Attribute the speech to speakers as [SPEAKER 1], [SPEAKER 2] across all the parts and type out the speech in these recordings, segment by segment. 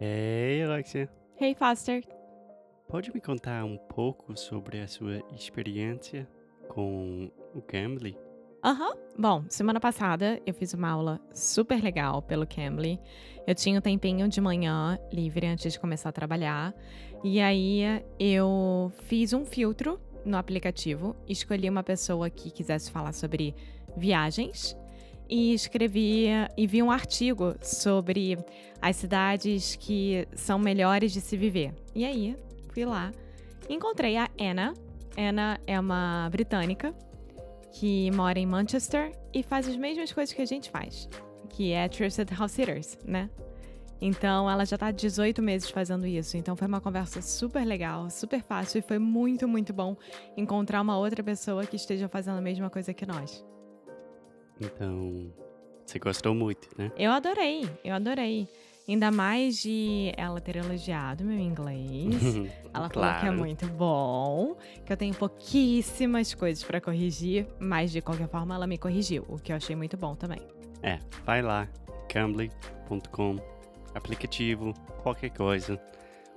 [SPEAKER 1] Ei, É, Alexia,
[SPEAKER 2] Hey, Foster.
[SPEAKER 1] pode me contar um pouco sobre a sua experiência com o Cambly?
[SPEAKER 2] Aham. Bom, semana passada eu fiz uma aula super legal pelo Cambly. Eu tinha um tempinho de manhã livre antes de começar a trabalhar. E aí eu fiz um filtro no aplicativo, escolhi uma pessoa que quisesse falar sobre viagens e escrevi e vi um artigo sobre as cidades que são melhores de se viver. E aí fui lá, encontrei a Anna. Anna é uma britânica que mora em Manchester e faz as mesmas coisas que a gente faz, que é Trusted House Sitters, né? Então ela já tá 18 meses fazendo isso. Então foi uma conversa super legal, super fácil e foi muito, muito bom encontrar uma outra pessoa que esteja fazendo a mesma coisa que nós.
[SPEAKER 1] Então, você gostou muito, né?
[SPEAKER 2] Eu adorei, eu adorei. Ainda mais de ela ter elogiado meu inglês. Ela falou que é
[SPEAKER 1] Claro.
[SPEAKER 2] muito bom, que eu tenho pouquíssimas coisas pra corrigir, mas de qualquer forma ela me corrigiu, o que eu achei muito bom também.
[SPEAKER 1] É, vai lá, cambly.com, aplicativo, qualquer coisa,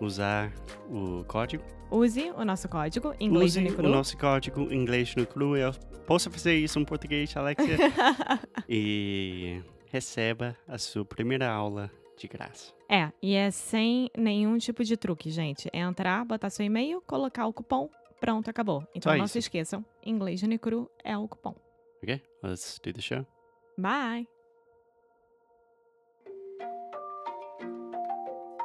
[SPEAKER 1] usar o código.
[SPEAKER 2] Use o nosso código inglês
[SPEAKER 1] Use
[SPEAKER 2] Unicru.
[SPEAKER 1] o nosso código inglês no cru. Eu posso fazer isso em português, Alexia? e receba a sua primeira aula de graça.
[SPEAKER 2] É, e é sem nenhum tipo de truque, gente. É entrar, botar seu e-mail, colocar o cupom, pronto, acabou. Então
[SPEAKER 1] Só
[SPEAKER 2] não
[SPEAKER 1] isso.
[SPEAKER 2] se esqueçam, inglês Unicru é o cupom.
[SPEAKER 1] Ok? Let's do the show.
[SPEAKER 2] Bye!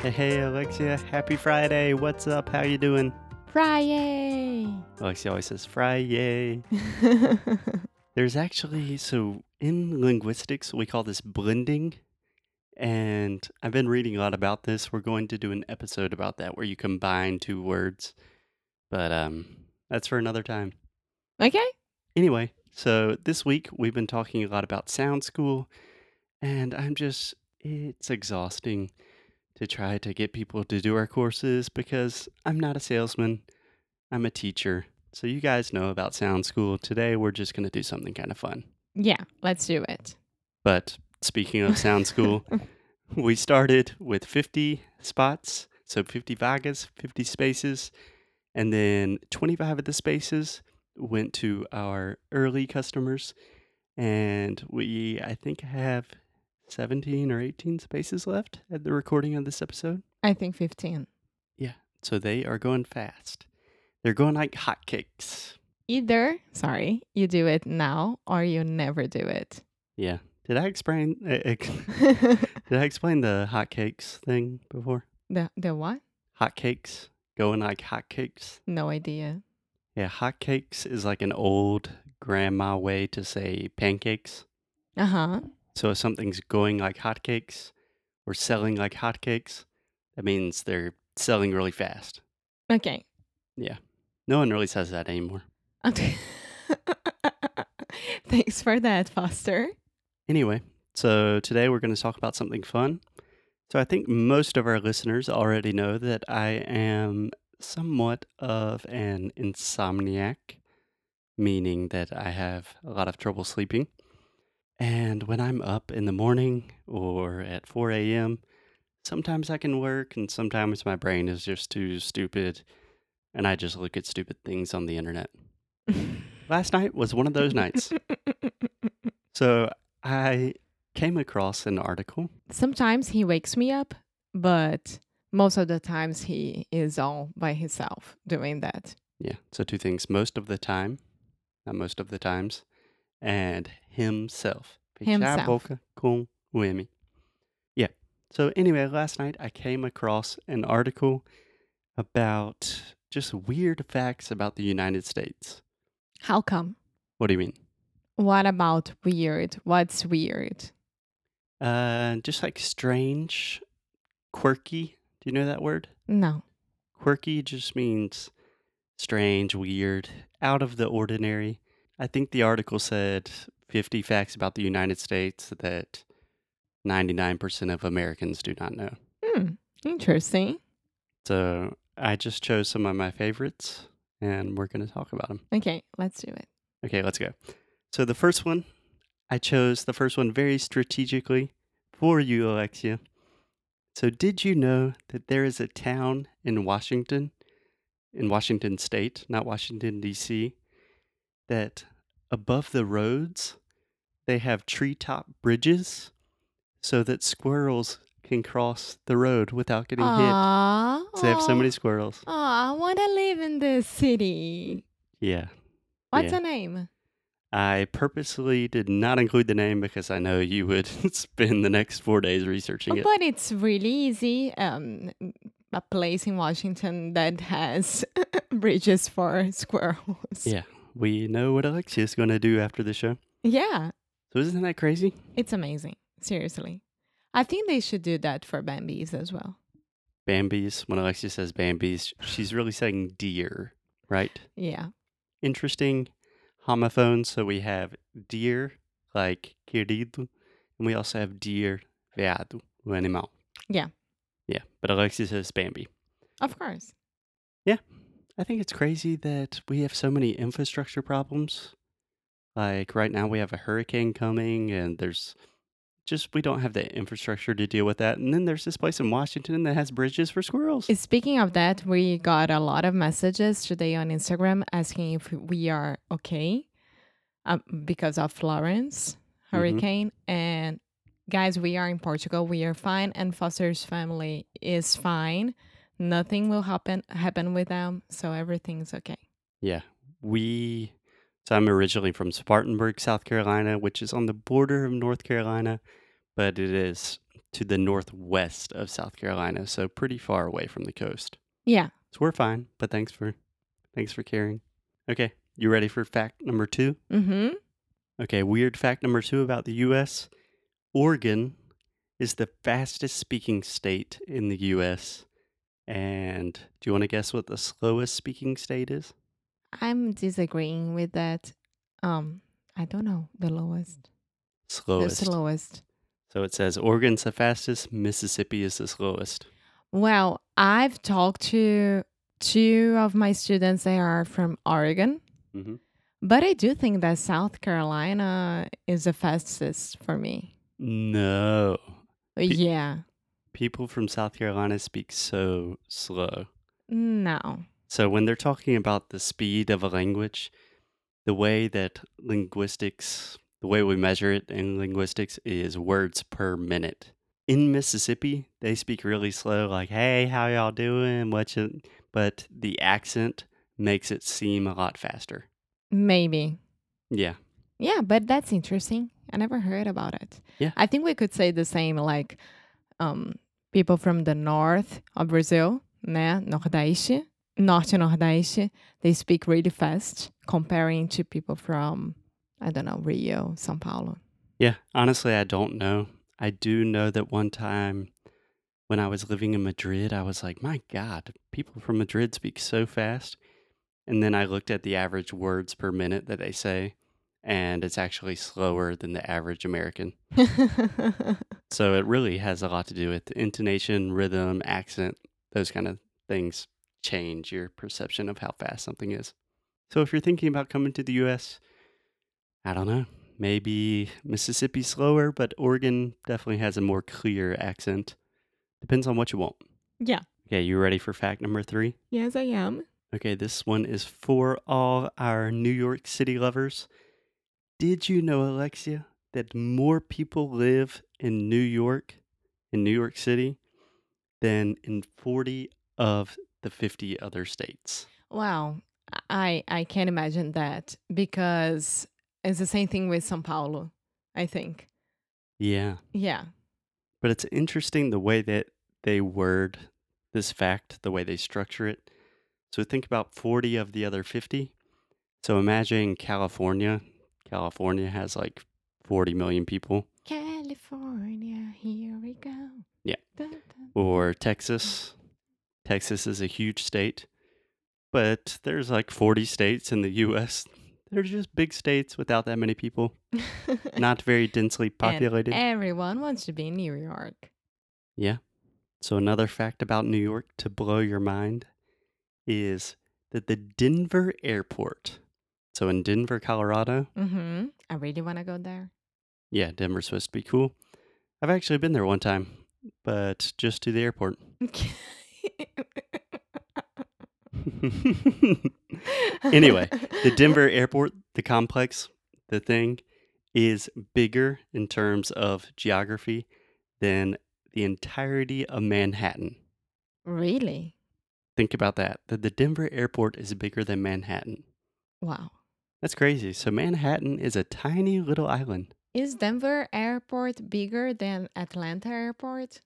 [SPEAKER 1] Hey, hey Alexia, happy Friday. What's up? How you doing?
[SPEAKER 2] Friday!
[SPEAKER 1] Alexia always says Friday. There's actually, so in linguistics, we call this blending. And I've been reading a lot about this. We're going to do an episode about that where you combine two words. But um, that's for another time.
[SPEAKER 2] ok?
[SPEAKER 1] Anyway, so this week we've been talking a lot about sound school. And I'm just, it's exhausting to try to get people to do our courses because I'm not a salesman, I'm a teacher. So you guys know about sound school. Today we're just going to do something kind of fun.
[SPEAKER 2] Yeah, let's do it.
[SPEAKER 1] But speaking of sound school, we started with 50 spots, so 50 vagas, 50 spaces, and then 25 of the spaces went to our early customers. And we, I think, have 17 or 18 spaces left at the recording of this episode.
[SPEAKER 2] I think 15.
[SPEAKER 1] So they are going fast. They're going like hotcakes.
[SPEAKER 2] Either, sorry, you do it now or you never do it.
[SPEAKER 1] Yeah. Did I explain? eh, eh, Did I explain the hotcakes thing before?
[SPEAKER 2] the, the what?
[SPEAKER 1] hotcakes, going like hotcakes.
[SPEAKER 2] No idea.
[SPEAKER 1] Yeah, hotcakes is like an old grandma way to say pancakes.
[SPEAKER 2] Uh huh.
[SPEAKER 1] So if something's going like hotcakes or selling like hotcakes, that means they're selling really fast.
[SPEAKER 2] Ok.
[SPEAKER 1] No one really says that anymore.
[SPEAKER 2] Thanks for that, Foster.
[SPEAKER 1] Anyway, so today we're going to talk about something fun. So I think most of our listeners already know that I am somewhat of an insomniac, meaning that I have a lot of trouble sleeping. And when I'm up in the morning or at 4 a.m., sometimes I can work and sometimes my brain is just too stupid and I just look at stupid things on the internet. Last night was one of those nights. So I came across an article.
[SPEAKER 2] Sometimes he wakes me up, but most of the times he is all by himself doing that.
[SPEAKER 1] Yeah. So two things. Most of the time, not most of the times, and himself. Fechar a
[SPEAKER 2] Himself.
[SPEAKER 1] boca com o M. Yeah. So anyway, last night I came across an article about just weird facts about the United States.
[SPEAKER 2] How come?
[SPEAKER 1] What do you mean?
[SPEAKER 2] What about weird? What's weird?
[SPEAKER 1] Uh, just like strange quirky. Do you know that word?
[SPEAKER 2] Não.
[SPEAKER 1] Quirky just means strange, weird, out of the ordinary. I think the article said 50 facts about the United States that 99% of Americans do not know.
[SPEAKER 2] Hmm. Interesting.
[SPEAKER 1] So I just chose some of my favorites and we're going to talk about them.
[SPEAKER 2] Okay, let's do it.
[SPEAKER 1] Okay, let's go. So the first one, I chose the first one very strategically for you, Alexia. So did you know that there is a town in Washington, in Washington State, not Washington D.C., that above the roads they have treetop bridges so that squirrels can cross the road without getting hit.
[SPEAKER 2] Aw,
[SPEAKER 1] So they have so many squirrels.
[SPEAKER 2] aw, I want to live in this city.
[SPEAKER 1] Yeah.
[SPEAKER 2] What's
[SPEAKER 1] Yeah.
[SPEAKER 2] the name?
[SPEAKER 1] I purposely did not include the name because I know you would spend the next four days researching it.
[SPEAKER 2] But it's really easy. Um, a place in Washington that has bridges for squirrels.
[SPEAKER 1] Yeah. We know what Alexia's going to do after the show.
[SPEAKER 2] yeah,
[SPEAKER 1] So isn't that crazy?
[SPEAKER 2] it's amazing. Seriously, I think they should do that for Bambi's as well.
[SPEAKER 1] Bambies. When Alexia says Bambies, she's really saying deer, right?
[SPEAKER 2] Yeah.
[SPEAKER 1] Interesting homophones. So we have deer, like querido, and we also have deer, veado, o animal.
[SPEAKER 2] Yeah.
[SPEAKER 1] Yeah. But Alexia says Bambi.
[SPEAKER 2] Of course.
[SPEAKER 1] I think it's crazy that we have so many infrastructure problems. Like right now, we have a hurricane coming, and there's just we don't have the infrastructure to deal with that. And then there's this place in Washington that has bridges for squirrels.
[SPEAKER 2] Speaking of that, we got a lot of messages today on Instagram asking if we are okay um, because of Florence
[SPEAKER 1] Mhm.
[SPEAKER 2] hurricane. And guys, we are in Portugal. We are fine, and Foster's family is fine. Nothing will happen happen with them, so everything's okay.
[SPEAKER 1] Yeah, we. So I'm originally from Spartanburg, South Carolina, which is on the border of North Carolina, but it is to the northwest of South Carolina, so pretty far away from the coast.
[SPEAKER 2] Yeah.
[SPEAKER 1] So we're fine, but thanks for thanks for caring. Okay, you ready for fact number 2?
[SPEAKER 2] Mm-hmm.
[SPEAKER 1] Okay, weird fact number 2 about the US. Oregon is the fastest speaking state in the US. And do you want to guess what the slowest speaking state is?
[SPEAKER 2] I'm disagreeing with that. Um, I don't know the lowest,
[SPEAKER 1] Slowest.
[SPEAKER 2] the slowest.
[SPEAKER 1] So it says Oregon's the fastest, Mississippi is the slowest.
[SPEAKER 2] Well, I've talked to two of my students. They are from Oregon,
[SPEAKER 1] Mhm.
[SPEAKER 2] but I do think that South Carolina is the fastest for me.
[SPEAKER 1] No.
[SPEAKER 2] yeah.
[SPEAKER 1] People from South Carolina speak so slow.
[SPEAKER 2] No.
[SPEAKER 1] So when they're talking about the speed of a language, the way that linguistics, the way we measure it in linguistics is words per minute. In Mississippi, they speak really slow, like "Hey, how y'all doing?" What you, but the accent makes it seem a lot faster.
[SPEAKER 2] Maybe.
[SPEAKER 1] Yeah,
[SPEAKER 2] Yeah, but that's interesting. I never heard about it.
[SPEAKER 1] Yeah.
[SPEAKER 2] I think we could say the same like um people from the north of Brazil, né? Nordeste, Norte e Nordeste, they speak really fast comparing to people from I don't know, Rio, São Paulo.
[SPEAKER 1] yeah. Honestly, I don't know. I do know that one time when I was living in Madrid, I was like, "My God, people from Madrid speak so fast." And then I looked at the average words per minute that they say, and it's actually slower than the average American. So it really has a lot to do with intonation, rhythm, accent, those kind of things change your perception of how fast something is. So if you're thinking about coming to the US, I don't know, maybe Mississippi's slower, but Oregon definitely has a more clear accent. Depends on what you want.
[SPEAKER 2] Yeah.
[SPEAKER 1] Okay, you ready for fact number three?
[SPEAKER 2] yes, I am.
[SPEAKER 1] Okay, this one is for all our New York City lovers. Did you know, Alexia, that more people live in New York, in New York City, than in 40 of the 50 other states?
[SPEAKER 2] Wow. I I can't imagine that because it's the same thing with São Paulo, I think.
[SPEAKER 1] Yeah.
[SPEAKER 2] Yeah.
[SPEAKER 1] But it's interesting the way that they word this fact, the way they structure it. So think about 40 of the other 50. So imagine California. California has like 40 million people.
[SPEAKER 2] California, here we go.
[SPEAKER 1] Yeah.
[SPEAKER 2] Dun, dun,
[SPEAKER 1] or Texas. Texas is a huge state, but there's like 40 states in the US. They're just big states without that many people, not very densely populated.
[SPEAKER 2] Everyone wants to be in New York.
[SPEAKER 1] Yeah. So, another fact about New York to blow your mind is that the Denver airport, so in Denver, Colorado,
[SPEAKER 2] Mm-hmm. I really want to go there.
[SPEAKER 1] yeah, Denver's supposed to be cool. I've actually been there one time, but just to the airport. Anyway, the Denver airport, the complex, the thing is bigger in terms of geography than the entirety of Manhattan.
[SPEAKER 2] Really?
[SPEAKER 1] Think about that. That the Denver airport is bigger than Manhattan.
[SPEAKER 2] Wow.
[SPEAKER 1] That's crazy. So Manhattan is a tiny little island.
[SPEAKER 2] Is Denver airport bigger than Atlanta airport?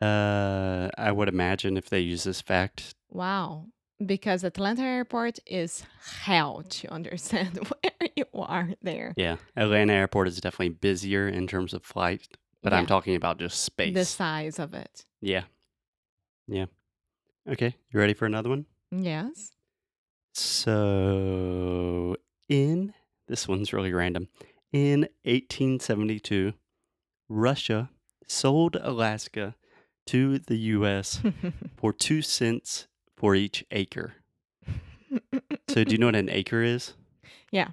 [SPEAKER 1] Uh, I would imagine if they use this fact.
[SPEAKER 2] Wow. Because Atlanta airport is hell to understand where you are there.
[SPEAKER 1] Yeah, Atlanta airport is definitely busier in terms of flight, but I'm
[SPEAKER 2] Yeah,
[SPEAKER 1] talking about just space.
[SPEAKER 2] the size of it.
[SPEAKER 1] yeah. Yeah. Okay, you ready for another one?
[SPEAKER 2] Yes.
[SPEAKER 1] So, in this one's really random. In 1872, Russia sold Alaska to the US for 2 cents for each acre. So, do you know what an acre is?
[SPEAKER 2] Yeah.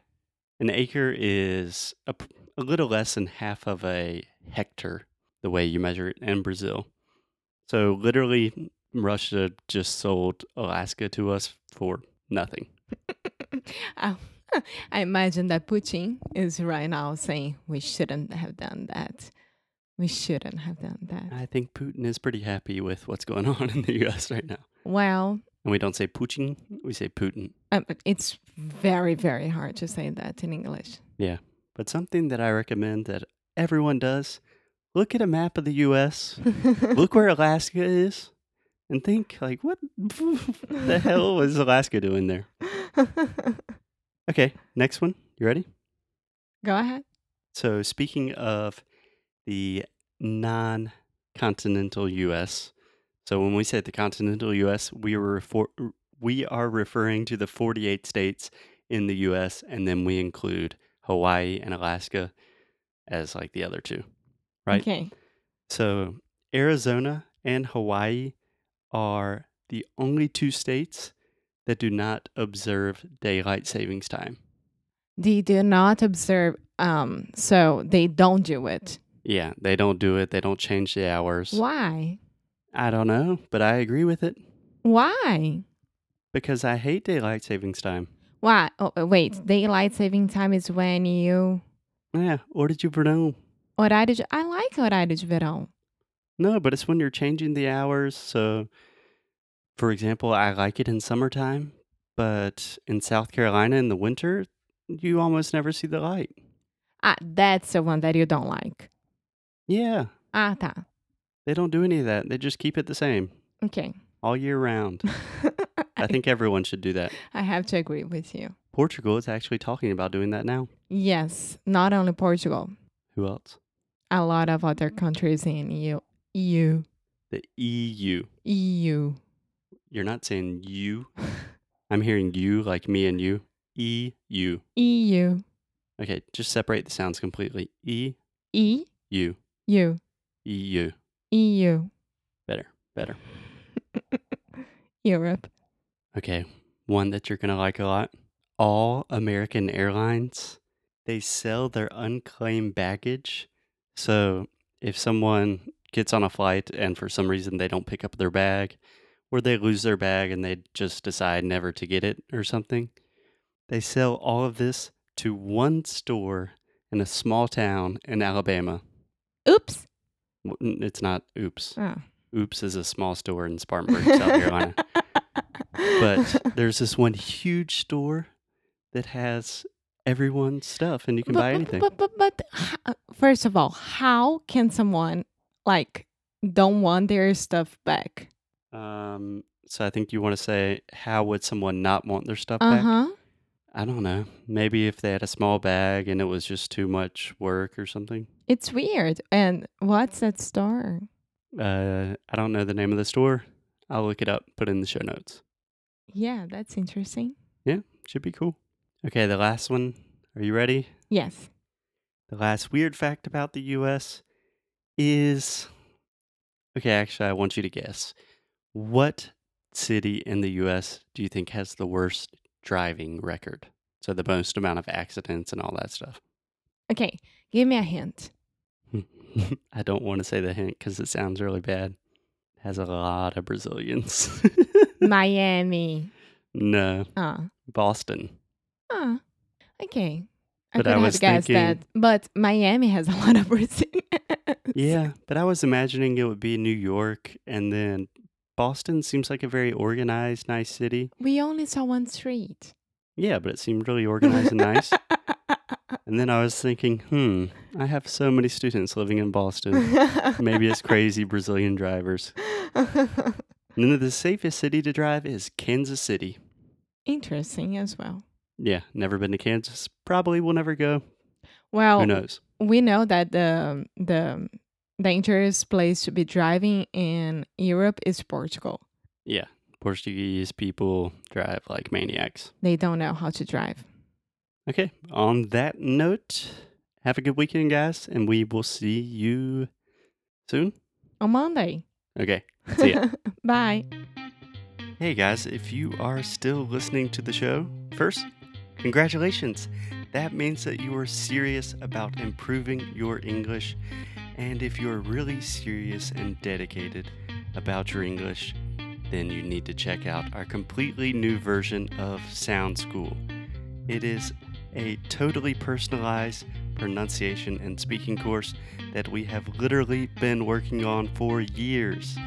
[SPEAKER 1] An acre is a, p- a little less than half of a hectare, the way you measure it in Brazil. So, literally, Russia just sold Alaska to us for nothing.
[SPEAKER 2] Oh, I imagine that Putin is right now saying we shouldn't have done that. We shouldn't have done that.
[SPEAKER 1] I think Putin is pretty happy with what's going on in the US right now.
[SPEAKER 2] Well,
[SPEAKER 1] And we don't say Putin, we say Putin.
[SPEAKER 2] uh, but it's very, very hard to say that in English.
[SPEAKER 1] But something that I recommend that everyone does look at a map of the US, look where Alaska is, and think, like, what the hell was Alaska doing there? Okay, next one. You ready?
[SPEAKER 2] Go ahead.
[SPEAKER 1] So, speaking of the non continental US, so when we say the continental US, we, were refor- we are referring to the 48 states in the US, and then we include Hawaii and Alaska as like the other two. Right.
[SPEAKER 2] Okay.
[SPEAKER 1] So, Arizona and Hawaii are the only two states that do not observe daylight savings time.
[SPEAKER 2] They do not observe, um, so they don't do it.
[SPEAKER 1] Yeah, they don't do it. They don't change the hours.
[SPEAKER 2] Why?
[SPEAKER 1] I don't know, but I agree with it
[SPEAKER 2] Why?
[SPEAKER 1] because I hate daylight savings time.
[SPEAKER 2] Why? Oh, uh, wait. Daylight saving time is when you.
[SPEAKER 1] Yeah, or did you know?
[SPEAKER 2] Horário de... I like horário de verão.
[SPEAKER 1] No, but it's when you're changing the hours. So, for example, I like it in summertime, but in South Carolina in the winter, you almost never see the light.
[SPEAKER 2] Ah, that's the one that you don't like.
[SPEAKER 1] Yeah,
[SPEAKER 2] Ah, tá.
[SPEAKER 1] they don't do any of that. They just keep it the same
[SPEAKER 2] Okay.
[SPEAKER 1] all year round. I think everyone should do that.
[SPEAKER 2] I have to agree with you.
[SPEAKER 1] Portugal is actually talking about doing that now.
[SPEAKER 2] Yes, not only Portugal,
[SPEAKER 1] Who else?
[SPEAKER 2] a lot of other countries in E EU. EU.
[SPEAKER 1] The E EU.
[SPEAKER 2] EU.
[SPEAKER 1] You're not saying you. I'm hearing you like me and you. E U.
[SPEAKER 2] EU.
[SPEAKER 1] Okay, just separate the sounds completely. E
[SPEAKER 2] E.
[SPEAKER 1] U.
[SPEAKER 2] U. E
[SPEAKER 1] E U.
[SPEAKER 2] EU.
[SPEAKER 1] Better. Better.
[SPEAKER 2] Europe.
[SPEAKER 1] Okay. One that you're gonna like a lot. All American Airlines, they sell their unclaimed baggage. So if someone gets on a flight and for some reason they don't pick up their bag, or they lose their bag and they just decide never to get it or something, they sell all of this to one store in a small town in Alabama.
[SPEAKER 2] Oops.
[SPEAKER 1] W- n- It's not Oops.
[SPEAKER 2] Ah.
[SPEAKER 1] Oops is a small store in Spartanburg, South Carolina. but there's this one huge store that has everyone's stuff and you can
[SPEAKER 2] But-
[SPEAKER 1] buy
[SPEAKER 2] but-
[SPEAKER 1] anything.
[SPEAKER 2] But, but, but, h- uh, first of all, how can someone like don't want their stuff back?
[SPEAKER 1] Um, so I think you want to say, how would someone not want their stuff
[SPEAKER 2] Uh
[SPEAKER 1] back?
[SPEAKER 2] huh.
[SPEAKER 1] I don't know. Maybe if they had a small bag and it was just too much work or something.
[SPEAKER 2] It's weird. And what's that store?
[SPEAKER 1] Uh, I don't know the name of the store. I'll look it up, put it in the show notes.
[SPEAKER 2] Yeah, that's interesting.
[SPEAKER 1] Should be cool. Okay, the last one. Are you ready?
[SPEAKER 2] Yes.
[SPEAKER 1] The last weird fact about the US is Okay, actually I want you to guess. What city in the US do you think has the worst driving record? So the most amount of accidents and all that stuff.
[SPEAKER 2] Okay, give me a hint.
[SPEAKER 1] I don't want to say the hint cuz it sounds really bad. Has a lot of Brazilians.
[SPEAKER 2] Miami.
[SPEAKER 1] no,
[SPEAKER 2] Ah.
[SPEAKER 1] Boston.
[SPEAKER 2] Ah. Okay. I
[SPEAKER 1] But I
[SPEAKER 2] could
[SPEAKER 1] was
[SPEAKER 2] have guessed
[SPEAKER 1] thinking-
[SPEAKER 2] that. But Miami has a lot of Brazilians.
[SPEAKER 1] Yeah, but I was imagining it would be New York and then Boston seems like a very organized, nice city.
[SPEAKER 2] We only saw one street.
[SPEAKER 1] Yeah, but it seemed really organized and nice. And then I was thinking, hmm, I have so many students living in Boston. Maybe it's crazy Brazilian drivers. And then the safest city to drive is Kansas City.
[SPEAKER 2] Interesting as well.
[SPEAKER 1] Yeah, never been to Kansas. Probably will never go. Who
[SPEAKER 2] Well,
[SPEAKER 1] knows?
[SPEAKER 2] we know that the the dangerous place to be driving in Europe is Portugal.
[SPEAKER 1] Yeah, Portuguese people drive like maniacs.
[SPEAKER 2] They don't know how to drive.
[SPEAKER 1] Okay, on that note, have a good weekend, guys, and we will see you soon.
[SPEAKER 2] On Monday.
[SPEAKER 1] Okay, see ya.
[SPEAKER 2] Bye.
[SPEAKER 1] Hey guys, if you are still listening to the show, first, congratulations! That means that you are serious about improving your English. And if you are really serious and dedicated about your English, then you need to check out our completely new version of Sound School. It is a totally personalized pronunciation and speaking course that we have literally been working on for years.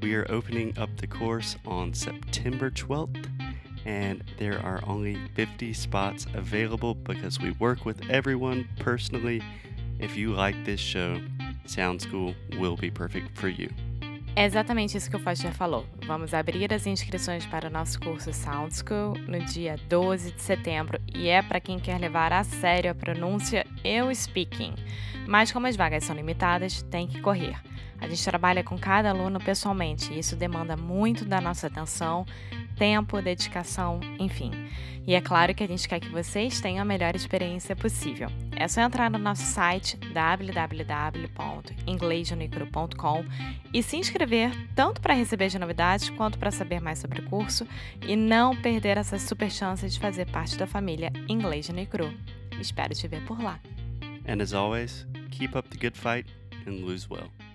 [SPEAKER 1] We are opening up the course on September 12th, and there are only 50 spots available because we work with everyone personally. If you like this show, Sound School will be perfect for you.
[SPEAKER 2] É exatamente isso que o Foster falou. Vamos abrir as inscrições para o nosso curso Sound School no dia 12 de setembro e é para quem quer levar a sério a pronúncia e o speaking. Mas como as vagas são limitadas, tem que correr. A gente trabalha com cada aluno pessoalmente e isso demanda muito da nossa atenção, tempo, dedicação, enfim. E é claro que a gente quer que vocês tenham a melhor experiência possível. É só entrar no nosso site www.inglesdonicro.com e se inscrever tanto para receber de novidades quanto para saber mais sobre o curso e não perder essa super chance de fazer parte da família Inglês de Cru. Espero te ver por lá.
[SPEAKER 1] And as always, keep up the good fight and lose well.